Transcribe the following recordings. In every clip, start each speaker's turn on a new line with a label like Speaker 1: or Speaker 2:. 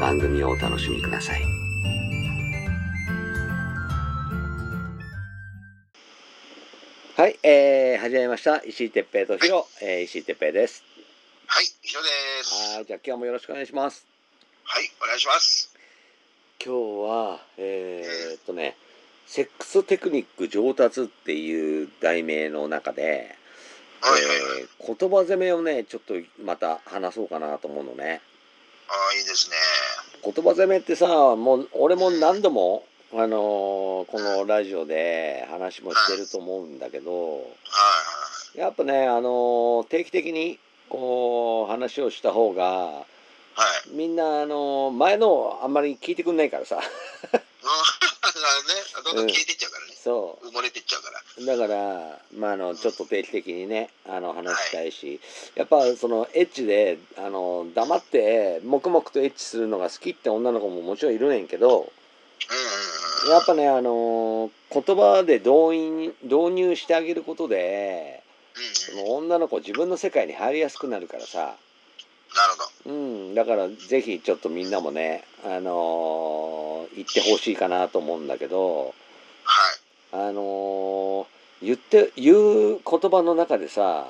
Speaker 1: 番組をお楽しみください。はい、えー、始めました。石井哲平とヒロ、えー、石井哲平です。
Speaker 2: はい、以上です。
Speaker 1: はい、じゃあ今日もよろしくお願いします。
Speaker 2: はい、お願いします。
Speaker 1: 今日はえーっとね「セックステクニック上達」っていう題名の中で、
Speaker 2: はいはいはい。
Speaker 1: えー言葉攻めをねちょっとまた話そうかなと思うのね
Speaker 2: ああ、いいですね。
Speaker 1: 言葉攻めってさもう俺も何度もあのーこのラジオで話もしてると思うんだけど
Speaker 2: は
Speaker 1: やっぱねあのー定期的にこう話をした方が
Speaker 2: いはいはい。
Speaker 1: みんなあのー前のあんまり聞いてくんないからさ
Speaker 2: うんあのね、どんどん消えてっちゃうからね。
Speaker 1: そう
Speaker 2: 埋もれてっちゃうから。
Speaker 1: だから、まあ、あのちょっと定期的にねあの話したいし、やっぱそのエッチであの黙って黙々とエッチするのが好きって女の子ももちろんいるねんけど
Speaker 2: うんうんうん。
Speaker 1: やっぱねあの言葉で動員導入してあげることでそ
Speaker 2: うんうん。
Speaker 1: の女の子自分の世界に入りやすくなるからさ、
Speaker 2: なるほど。
Speaker 1: うん、だからぜひちょっとみんなもねあの言ってほしいかなと思うんだけど。
Speaker 2: はい。
Speaker 1: あのー言って言う言葉の中でさ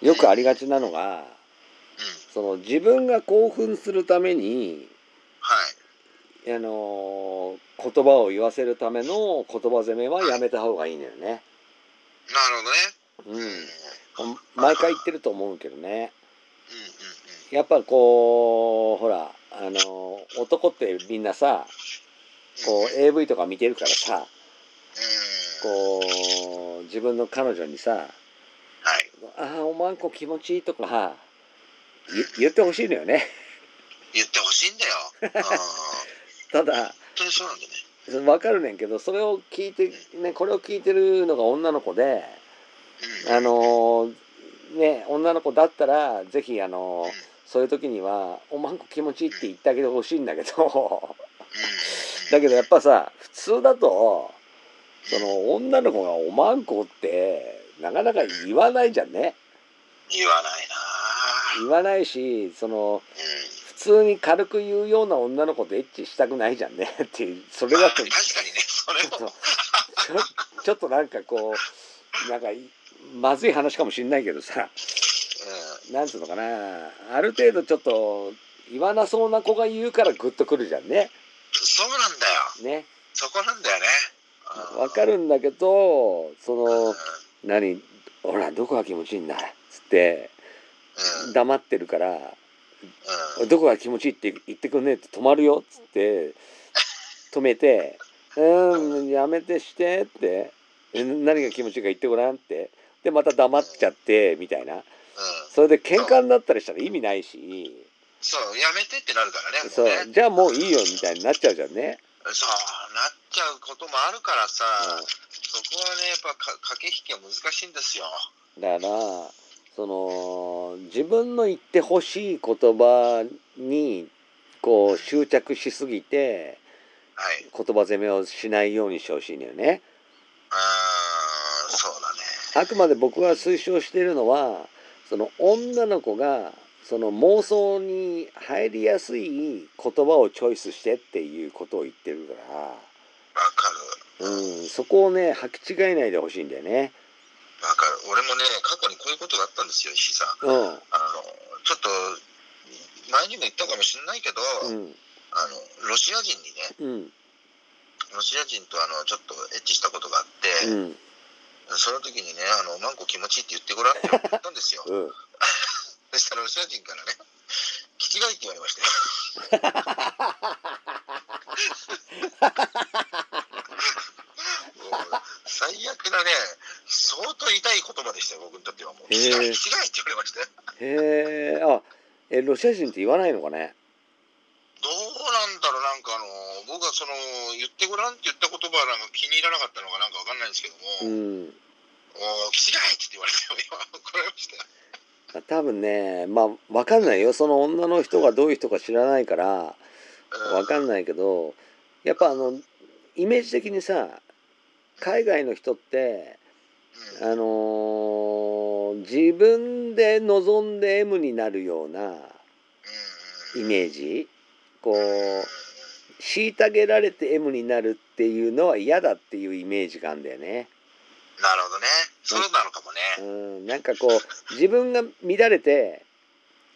Speaker 1: よくありがちなのが
Speaker 2: うん。
Speaker 1: その自分が興奮するために、
Speaker 2: はい。
Speaker 1: あのー言葉を言わせるための言葉攻めはやめた方がいいのよね。
Speaker 2: なるほどね。
Speaker 1: う
Speaker 2: うんん。
Speaker 1: 毎回言ってると思うけどね
Speaker 2: うんうんうん。
Speaker 1: やっぱこうほら、あのー男ってみんなさこう AV とか見てるからさ
Speaker 2: うん。
Speaker 1: こう自分の彼女にさ
Speaker 2: はい。
Speaker 1: 「ああおまんこ気持ちいい」とか言言ってほしいのよね
Speaker 2: 言ってほしいんだよ。うん。本
Speaker 1: ただ
Speaker 2: 当にそうなんだね。
Speaker 1: 分かるねんけどそれを聞いてねこれを聞いてるのが女の子で
Speaker 2: うん。
Speaker 1: あのーね女の子だったらぜひあのーそういう時には「おまんこ気持ちいい」って言ってあげてほしいんだけどだけどやっぱさ普通だとその女の子が「おまんこ」ってなかなか言わないじゃんね
Speaker 2: 言わないなぁ。
Speaker 1: 言わないしその
Speaker 2: うん。
Speaker 1: 普通に軽く言うような女の子とエッチしたくないじゃんね っていうそれだと
Speaker 2: まあ確かにね、それ
Speaker 1: ちょっ
Speaker 2: も。
Speaker 1: とちょちょっとなんかこうなんかいまずい話かもしんないけどさ
Speaker 2: うん。
Speaker 1: なんつうのかなある程度ちょっと言わなそうな子が言うからグッとくるじゃんね。
Speaker 2: そうなんだよ。
Speaker 1: ね
Speaker 2: そこなんだよね。うん
Speaker 1: わかるんだけどそ
Speaker 2: うん。う
Speaker 1: の何ほらどこが気持ちいいんだっつって
Speaker 2: ん。
Speaker 1: 黙ってるから
Speaker 2: うん
Speaker 1: どこが気持ちいいって言ってくんねえって止まるよっつって止めて「うーんやめてして」ってえ「何が気持ちいいか言ってごらん」ってでまた黙っちゃってみたいな
Speaker 2: うん
Speaker 1: それで喧嘩になったりしたら意味ないし
Speaker 2: そう、やめてってなるからね。もう
Speaker 1: そう
Speaker 2: ね
Speaker 1: じゃあもういいよみたいになっちゃうじゃんね。
Speaker 2: そう、なっちゃうこともあるからさ、そこはね、やっぱか駆け引きは難しいんですよ。
Speaker 1: うんだからその自分の言ってほしい言葉にこう執着しすぎて
Speaker 2: はい。
Speaker 1: 言葉攻めをしないようにしてほしいのよね。
Speaker 2: うーん、そうだね。
Speaker 1: あくまで僕が推奨しているのはその女の子がその妄想に入りやすい言葉をチョイスしてっていうことを言ってるか
Speaker 2: わかる。
Speaker 1: ら、うん、そこをね履き違えないでほしいんだよね。
Speaker 2: わかる。俺もね、過去にこういうことがあったんですよ、石井さん。
Speaker 1: うん
Speaker 2: あの、ちょっと、前にも言ったかもしれないけど、
Speaker 1: うん
Speaker 2: あのロシア人にね
Speaker 1: うん。
Speaker 2: ロシア人とあのちょっとエッチしたことがあって、
Speaker 1: うん。
Speaker 2: その時にねあの「マンコ気持ちいいって言ってごらん」って言ったんです よ
Speaker 1: うん。
Speaker 2: そしたらロシア人からね「気違い」って言われましたよもう最悪なね相当痛い言葉でしたよ僕にとってはもう「
Speaker 1: へ
Speaker 2: 気
Speaker 1: え
Speaker 2: 違い」「気違い」って言われましたよ
Speaker 1: へえ。あ、え、ロシア人って言わないのかね。
Speaker 2: どうなんだろう、なんかあの、僕はその、言ってごらんって言った言葉はなんか気に入らなかったのかなんかわかんないんですけど
Speaker 1: う
Speaker 2: も、
Speaker 1: ん。
Speaker 2: おー、気違いって言われて、今、怒られましたよ。
Speaker 1: 多分ね、まあ、わかんないよ。その女の人がどういう人か知らないから、わかん
Speaker 2: ない。
Speaker 1: ないけど、やっぱあの、イメージ的にさ、海外の人って、
Speaker 2: うん、
Speaker 1: あのー自分で望んで M になるようなイ
Speaker 2: ージ。
Speaker 1: メージこ
Speaker 2: うん
Speaker 1: う虐げられて M になるっていうのは嫌だっていうイメージがあるんだよね。
Speaker 2: なるほどね。そうなのかもね。
Speaker 1: う
Speaker 2: うん
Speaker 1: ん、なんかこう自分が乱れて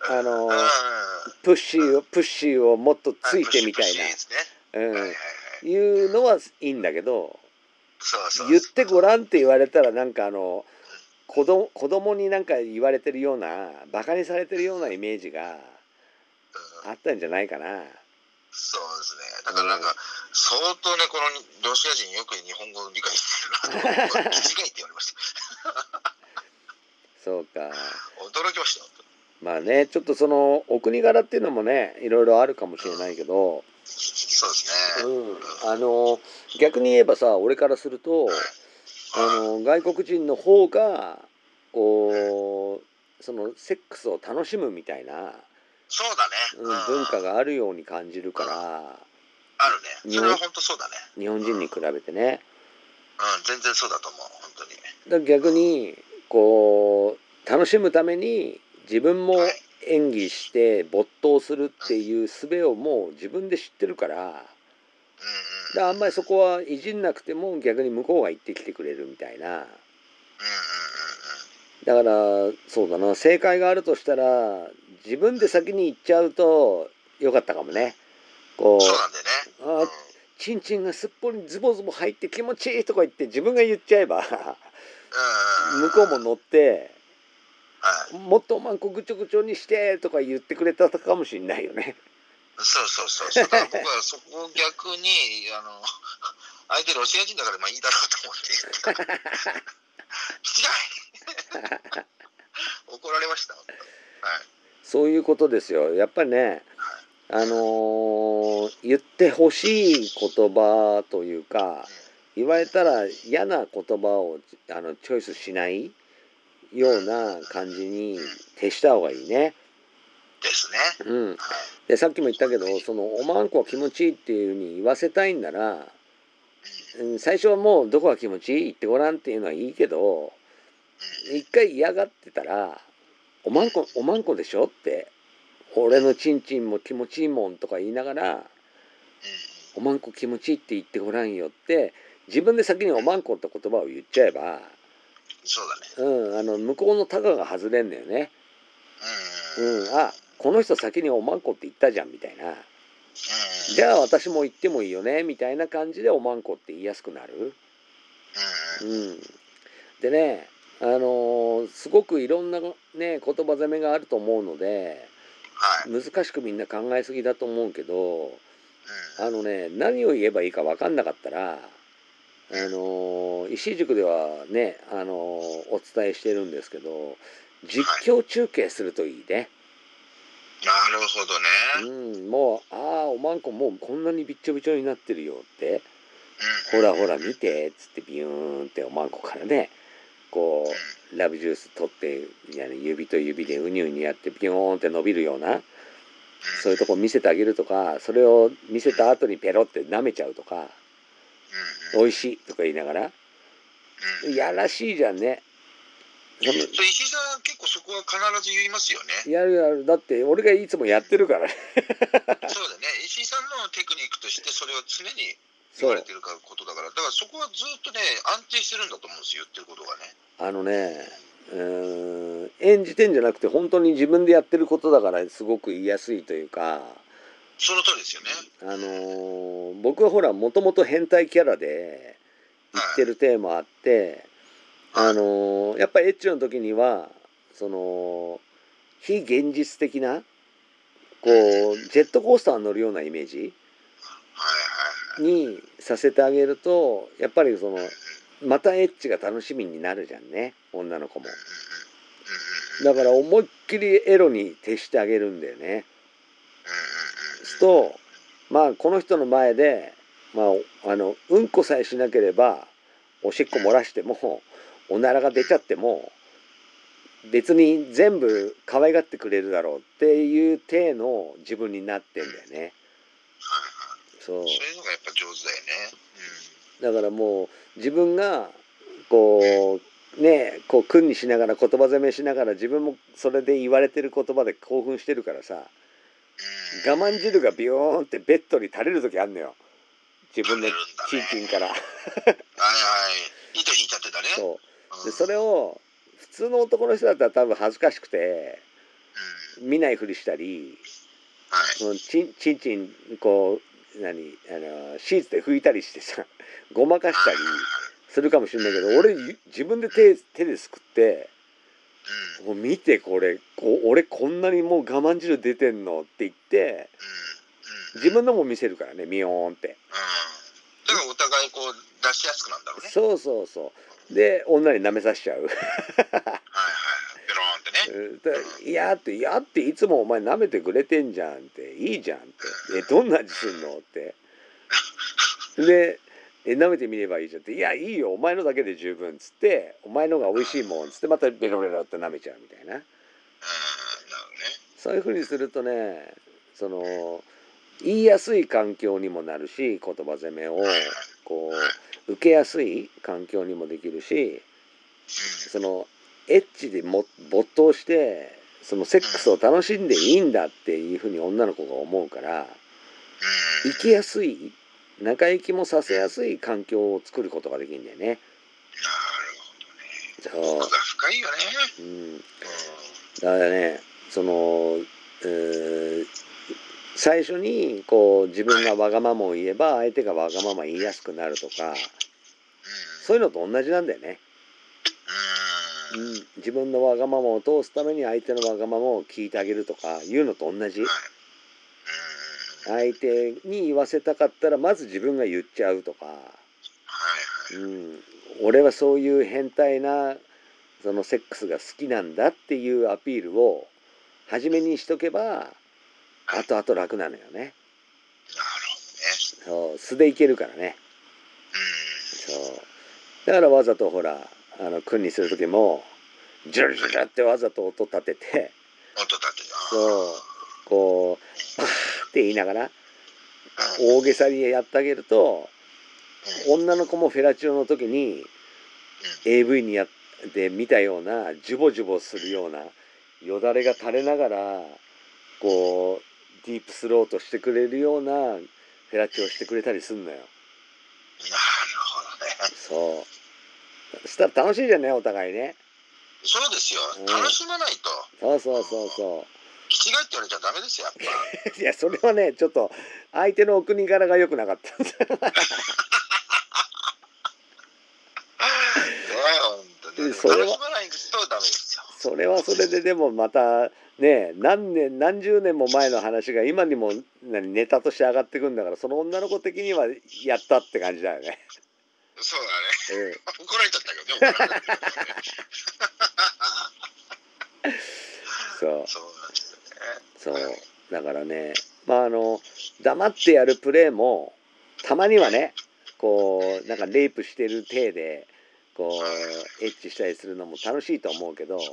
Speaker 1: あの
Speaker 2: うんうん
Speaker 1: プッシーをプッシーをもっと
Speaker 2: あ
Speaker 1: ついてみたい
Speaker 2: プッシュプッシュですね。
Speaker 1: な、
Speaker 2: はいはいは
Speaker 1: う
Speaker 2: い。
Speaker 1: ん、いうのはいいんだけど
Speaker 2: そうそうそう。
Speaker 1: 言ってごらんって言われたらなんかあの子供子供になんか言われてるようなバカにされてるようなイメージが
Speaker 2: うん
Speaker 1: あったんじゃないかな。
Speaker 2: そうですね。だからなんか、相当ね、このロシア人よく日本語を理解してるなと思って。気違いって言われました。
Speaker 1: そうか
Speaker 2: 驚きましたよ。
Speaker 1: まあねちょっとそのお国柄っていうのもねいろいろあるかもしれないけど、
Speaker 2: そうですね。
Speaker 1: うん、あの逆に言えばさ俺からするとあの外国人の方がこうそのセックスを楽しむみたいな、
Speaker 2: そうだね、
Speaker 1: うん、文化があるように感じるから
Speaker 2: あるねそれは本当そうだね
Speaker 1: 日本人に比べてね。
Speaker 2: うん全然そうだと思う本当
Speaker 1: だ
Speaker 2: に
Speaker 1: から逆にこう楽しむために自分も
Speaker 2: はい
Speaker 1: 演技して没頭するっていう術をもう自分で知ってるから。だか
Speaker 2: うんうん
Speaker 1: らあんまりそこはいじんなくても逆に向こうが行ってきてくれるみたいな
Speaker 2: うんうん
Speaker 1: だからそうだな正解があるとしたら自分で先に行っちゃうとよかったかもねこ
Speaker 2: うんうんそ
Speaker 1: う
Speaker 2: うなんだよね
Speaker 1: あー
Speaker 2: うん
Speaker 1: 「チンチンがすっぽりズボズボ入って気持ちいい」とか言って自分が言っちゃえば
Speaker 2: うん
Speaker 1: 向こうも乗って
Speaker 2: は
Speaker 1: 「
Speaker 2: い
Speaker 1: もっとおまんこぐちょぐちょにして」とか言ってくれたかもしんないよね。
Speaker 2: そうそうそうそうだから僕はそこを逆にあの 相手ロシア人だからまあいいだろうと思って言って た違い怒られましたはい
Speaker 1: そういうことですよ。やっぱりね、あのー言ってほしい言葉というか、言われたら嫌な言葉をあのチョイスしないような感じに徹した方がいいね。
Speaker 2: ですね
Speaker 1: うん。
Speaker 2: はい
Speaker 1: で、さっきも言ったけど、そのおまんこは気持ちいいっていうふうに言わせたいんなら、うん最初はもうどこが気持ちいい言ってごらんっていうのはいいけど、一回嫌がってたら「おまんこおまんこでしょ?」って「俺のちんちんも気持ちいいもん」とか言いながら「おまんこ気持ちいいって言ってごらんよ」って自分で先に「おまんこ」って言葉を言っちゃえば、
Speaker 2: そうだね
Speaker 1: うん、あの向こうのタガが外れんだよね。
Speaker 2: うん
Speaker 1: うん、あこの人先に「おまんこ」って言ったじゃんみたいなじ
Speaker 2: あ
Speaker 1: ゃあ私も言ってもいいよねみたいな感じで「おまんこ」って言いやすくなる。うん、でね、あのーすごくいろんな、ね、言葉攻めがあると思うので
Speaker 2: はい
Speaker 1: 難しくみんな考えすぎだと思うけど
Speaker 2: うん
Speaker 1: あのね何を言えばいいか分かんなかったら、あのー石井塾ではね、あのーお伝えしてるんですけど実況中継するといいね。
Speaker 2: なるほどね。
Speaker 1: うん、もう「ああおまんこもうこんなにびっちょびちょになってるよ」って「
Speaker 2: う
Speaker 1: ほ
Speaker 2: ん
Speaker 1: らほら見て」っつってビューンっておまんこからねこうラブジュース取っていや指と指でうにゅうにやってピョーンって伸びるようなそういうとこ見せてあげるとかそれを見せた後にペロって舐めちゃうとか「
Speaker 2: うん
Speaker 1: 美味しい」とか言いながら
Speaker 2: うん
Speaker 1: やらしいじゃんねその
Speaker 2: そう石井さんは結構そこは必ず言いますよね。
Speaker 1: やるやるだって俺がいつもやってるからね
Speaker 2: そうだね。石井さんのテクニックとしてそれは常に言
Speaker 1: そ
Speaker 2: われ
Speaker 1: う
Speaker 2: てるからことだから、だからそこはずっとね安定してるんだと思うんですよ。言ってることがね。
Speaker 1: あのねうーん演じてんじゃなくて本当に自分でやってることだからすごく言いやすいというか
Speaker 2: その通りですよね。
Speaker 1: あのー僕はほらもともと変態キャラで言ってるテーマあって、あのーやっぱエッチの時にはその非現実的なこうジェットコースターに乗るようなイメージ
Speaker 2: はい
Speaker 1: にさせてあげるとやっぱりその
Speaker 2: はいはい。
Speaker 1: またエッチが楽しみになるじゃんね女の子も
Speaker 2: うんうんうんうんうんうんうん
Speaker 1: だから思いっきりエロに徹してあげるんだよね
Speaker 2: うん
Speaker 1: するとまあこの人の前で、まあ、あのうんこさえしなければおしっこ漏らしてもおならが出ちゃっても別に全部可愛がってくれるだろうっていう体の自分になってんだよね。
Speaker 2: はいはい。
Speaker 1: そう
Speaker 2: そういうのがやっぱ上手だよね。
Speaker 1: だからもう自分がこうねこう訓にしながら言葉攻めしながら自分もそれで言われてる言葉で興奮してるからさ
Speaker 2: うん。
Speaker 1: 我慢汁がビヨーンってベッドに垂れる時あんのよ自分の
Speaker 2: 垂れるんだ
Speaker 1: キンキ
Speaker 2: ね
Speaker 1: ンから。
Speaker 2: はいはい。糸引いちゃってたね。
Speaker 1: そううんでそれを普通の男の人だったら多分恥ずかしくて
Speaker 2: うん
Speaker 1: 見ないふりしたり
Speaker 2: はい。
Speaker 1: そのチンチンチンこう何あのシーツで拭いたりしてさごまかしたりするかもしれないけど俺ゆ自分で手手ですくって「
Speaker 2: うん。
Speaker 1: もう見てこれこ俺こんなにもう我慢汁出てんの」って言って
Speaker 2: うん。うん。
Speaker 1: 自分のも見せるからねミヨーンって。
Speaker 2: うん。だからお互いこう出しやすくなんだろうね。
Speaker 1: そうそうそうで女に舐めさせちゃう
Speaker 2: はいはい。ペローンってね。
Speaker 1: うん だからいやって、いやって、いつもお前舐めてくれてんじゃんって、いいじゃんって、え、どんな味すんのって。で、え、舐めてみればいいじゃんって、いや、いいよ、お前のだけで十分っつって、お前のが美味しいもんっつって、またベロベロって舐めちゃうみたいな。
Speaker 2: うん。なるほどね。
Speaker 1: そういうふうにするとね、その、言いやすい環境にもなるし、言葉攻めを、
Speaker 2: はいはい。
Speaker 1: こう、受けやすい環境にもできるし、
Speaker 2: う
Speaker 1: そのエッチでも没頭してそのセックスを楽しんでいいんだっていうふうに女の子が思うから
Speaker 2: ん。うん。
Speaker 1: 生きやすい仲行きもさせやすい環境を作ることができるんだよね。
Speaker 2: なるほどね。
Speaker 1: そ
Speaker 2: 奥が深いよね。
Speaker 1: う、うん、だ
Speaker 2: うん。
Speaker 1: からねその、えー最初にこう自分がわがままを言えば相手がわがまま言いやすくなるとかそういうのと同じなんだよね。
Speaker 2: うん。うん。
Speaker 1: 自分のわがままを通すために相手のわがままを聞いてあげるとかいうのと同じ。
Speaker 2: はい。うん。はい
Speaker 1: 相手に言わせたかったらまず自分が言っちゃうとか、
Speaker 2: はい。
Speaker 1: うん、俺はそういう変態なそのセックスが好きなんだっていうアピールを初めにしとけば後々楽なのよね
Speaker 2: なるほどね。
Speaker 1: そう素でいけるからね
Speaker 2: う
Speaker 1: そうだからわざとほらあの訓にする時もジュルジュルってわざと音立てて
Speaker 2: ん。音立てた。
Speaker 1: そうこうパーって言いながら大げさにやってあげると
Speaker 2: うん。
Speaker 1: 女の子もフェラチオの時に AV にやって見たようなジュボジュボするようなよだれが垂れながらこうディープスローとしてくれるようなフェラチオしてくれたりすんのよ
Speaker 2: なるほどね。
Speaker 1: そうそしたら楽しいじゃんねお互いね
Speaker 2: そうですよ
Speaker 1: うん。
Speaker 2: 楽しまないと。
Speaker 1: そうそうそうそ
Speaker 2: 気違いって言われちゃダメですよ、やっ ぱ。
Speaker 1: ういやそれはねちょっと相手のお国柄が良くなかったんです
Speaker 2: ねえ、本当に。
Speaker 1: それは
Speaker 2: 楽しまないとダメですよ。
Speaker 1: それはそれででもまたね何年何十年も前の話が今にも何ネタとして上がってくんだからその女の子的にはやったって感じだよね、
Speaker 2: そうだね。
Speaker 1: うん
Speaker 2: 怒られちゃったけどね怒られちゃったけどね。
Speaker 1: そう
Speaker 2: そうなんですよね。
Speaker 1: そうだからねまああの黙ってやるプレーもたまにはねこうなんかレイプしてる体でこうエッチしたりするのも楽しいと思うけど、
Speaker 2: はい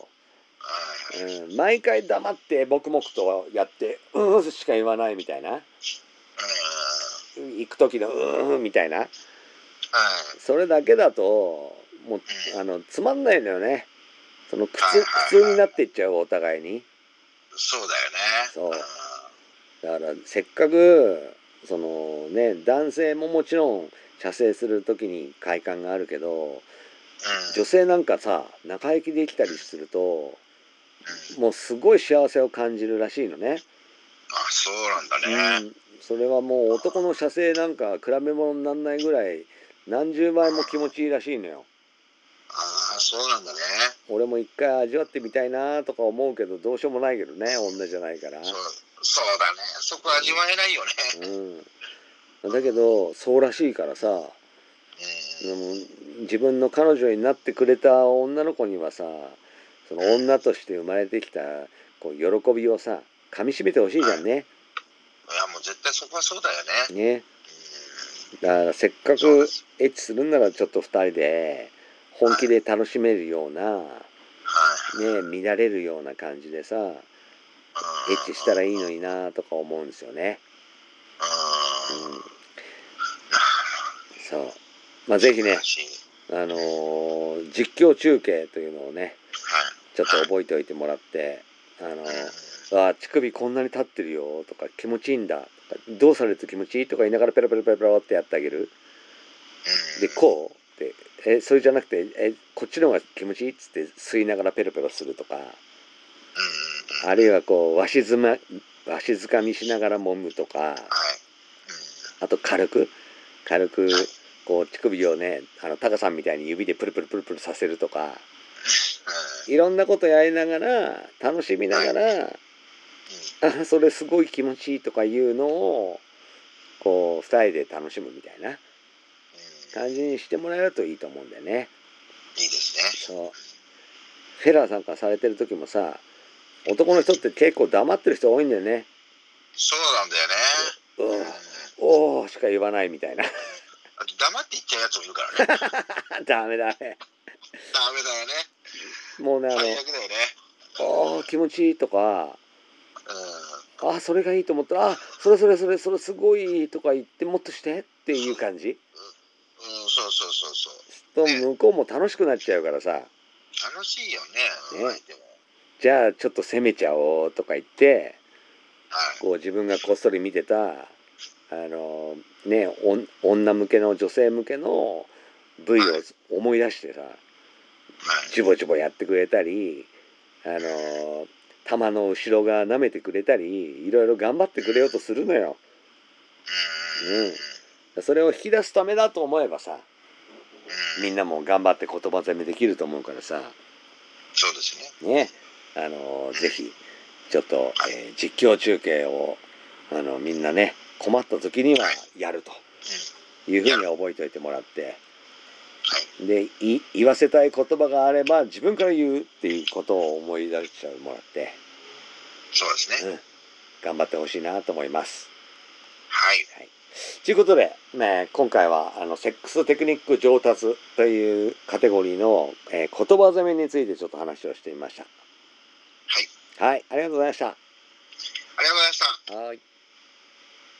Speaker 2: はい。
Speaker 1: うん、毎回黙って黙々とやって「うーん」しか言わないみたいな行く時の「うーん」みたいな
Speaker 2: う。
Speaker 1: それだけだともうん
Speaker 2: うん。
Speaker 1: あのつまんないのよねその苦
Speaker 2: はい
Speaker 1: 痛
Speaker 2: は
Speaker 1: 苦
Speaker 2: い
Speaker 1: 痛になっていっちゃうお互いに。
Speaker 2: そうだよね。
Speaker 1: そうん
Speaker 2: はい
Speaker 1: だからせっかくそのね男性ももちろん射精する時に快感があるけど
Speaker 2: うん。
Speaker 1: 女性なんかさ仲良きできたりすると
Speaker 2: うん
Speaker 1: もうすごい幸せを感じるらしいのね
Speaker 2: あそうなんだ
Speaker 1: う
Speaker 2: ね、
Speaker 1: ん、それはもう男の射精なんか比べ物にならないぐらい何十倍も気持ちいいらしいのよ
Speaker 2: ああそうなんだね
Speaker 1: 俺も一回味わってみたいなとか思うけどどうしようもないけどね女じゃないから
Speaker 2: そうそうだねそこ味わえないよね
Speaker 1: うんだけどそうらしいからさ
Speaker 2: うん
Speaker 1: でも自分の彼女になってくれた女の子にはさその女として生まれてきたこう喜びをさ噛みしめてほしいじゃんね
Speaker 2: いやもう絶対そこはそうだよね
Speaker 1: ね
Speaker 2: う
Speaker 1: だからせっか
Speaker 2: んそうで
Speaker 1: く
Speaker 2: す
Speaker 1: エッチするならちょっと2人で本気で楽しめるような、ね
Speaker 2: はい
Speaker 1: 見られるような感じでさエ
Speaker 2: うん
Speaker 1: ッチしたらいいのになとか思うんですよね。
Speaker 2: うん
Speaker 1: うん、そうまあぜひね
Speaker 2: 素晴らしい
Speaker 1: あのー実況中継というのをね
Speaker 2: はい
Speaker 1: ちょっと覚えておいてもらって「あの
Speaker 2: うん
Speaker 1: ーあー乳首こんなに立ってるよ」とか「気持ちいいんだ」とか「どうされると気持ちいい?」とか言いながらペラペラペラペラってやってあげる。でこうでえそれじゃなくてえこっちの方が気持ちいいっつって吸いながらペロペロするとか
Speaker 2: うんうんうん
Speaker 1: あるいはこうわしづ,、ま、わしづかみしながら揉むとか
Speaker 2: はい
Speaker 1: あと軽く軽くこう乳首をねあのタカさんみたいに指でプルプルプルプルさせるとかいろんなことやりながら楽しみながらあ それすごい気持ちいいとかいうのをこう2人で楽しむみたいな
Speaker 2: うんうんうんうん
Speaker 1: 感じにしてもらえるといいと思うんだよね。
Speaker 2: いいですね
Speaker 1: そうフェラーさんからされてる時もさ男の人って結構黙ってる人多いんだよね
Speaker 2: そうなんだよね
Speaker 1: 「うん
Speaker 2: うん、
Speaker 1: おお」しか言わないみたいな
Speaker 2: あと黙って行っちゃうやつもいるからね
Speaker 1: ダメダメ
Speaker 2: ダメだよね
Speaker 1: もうねあ
Speaker 2: 最悪だよね
Speaker 1: の「おお気持ちいい」とか
Speaker 2: うん
Speaker 1: 「あそれがいいと思ったらあそれそれそれそれすごい」とか言ってもっとしてっていう感じ
Speaker 2: うん、そうそうそうそう。
Speaker 1: と向こうも楽しくなっちゃうからさ
Speaker 2: 楽しいよね。
Speaker 1: ね
Speaker 2: 相手も。
Speaker 1: 「じゃあちょっと攻めちゃおう」とか言って
Speaker 2: はい。
Speaker 1: こう自分がこっそり見てたあのねおん女向けの女性向けの部位を思い出してさ
Speaker 2: はい。
Speaker 1: ジボジボやってくれたりあの玉の後ろが舐めてくれたりいろいろ頑張ってくれようとするのよ
Speaker 2: うん。うん。うん。
Speaker 1: それを引き出すためだと思えばさみんなも頑張って言葉攻めできると思うからさ
Speaker 2: そうですね。
Speaker 1: ねあのぜひちょっと、えー実況中継をあのみんなね困った時にはやると。いうふうに覚えておいてもらって
Speaker 2: はい。
Speaker 1: でい言わせたい言葉があれば自分から言うっていうことを思い出してもらって
Speaker 2: そうですね。
Speaker 1: 頑張ってほしいなと思います。
Speaker 2: はい。
Speaker 1: ということで、ね、今回はあのセックステクニック上達というカテゴリーの、えー言葉攻めについてちょっと話をしてみました。
Speaker 2: はい。
Speaker 1: はい、ありがとうございました。
Speaker 2: ありがとうございま
Speaker 1: は
Speaker 2: した。
Speaker 1: い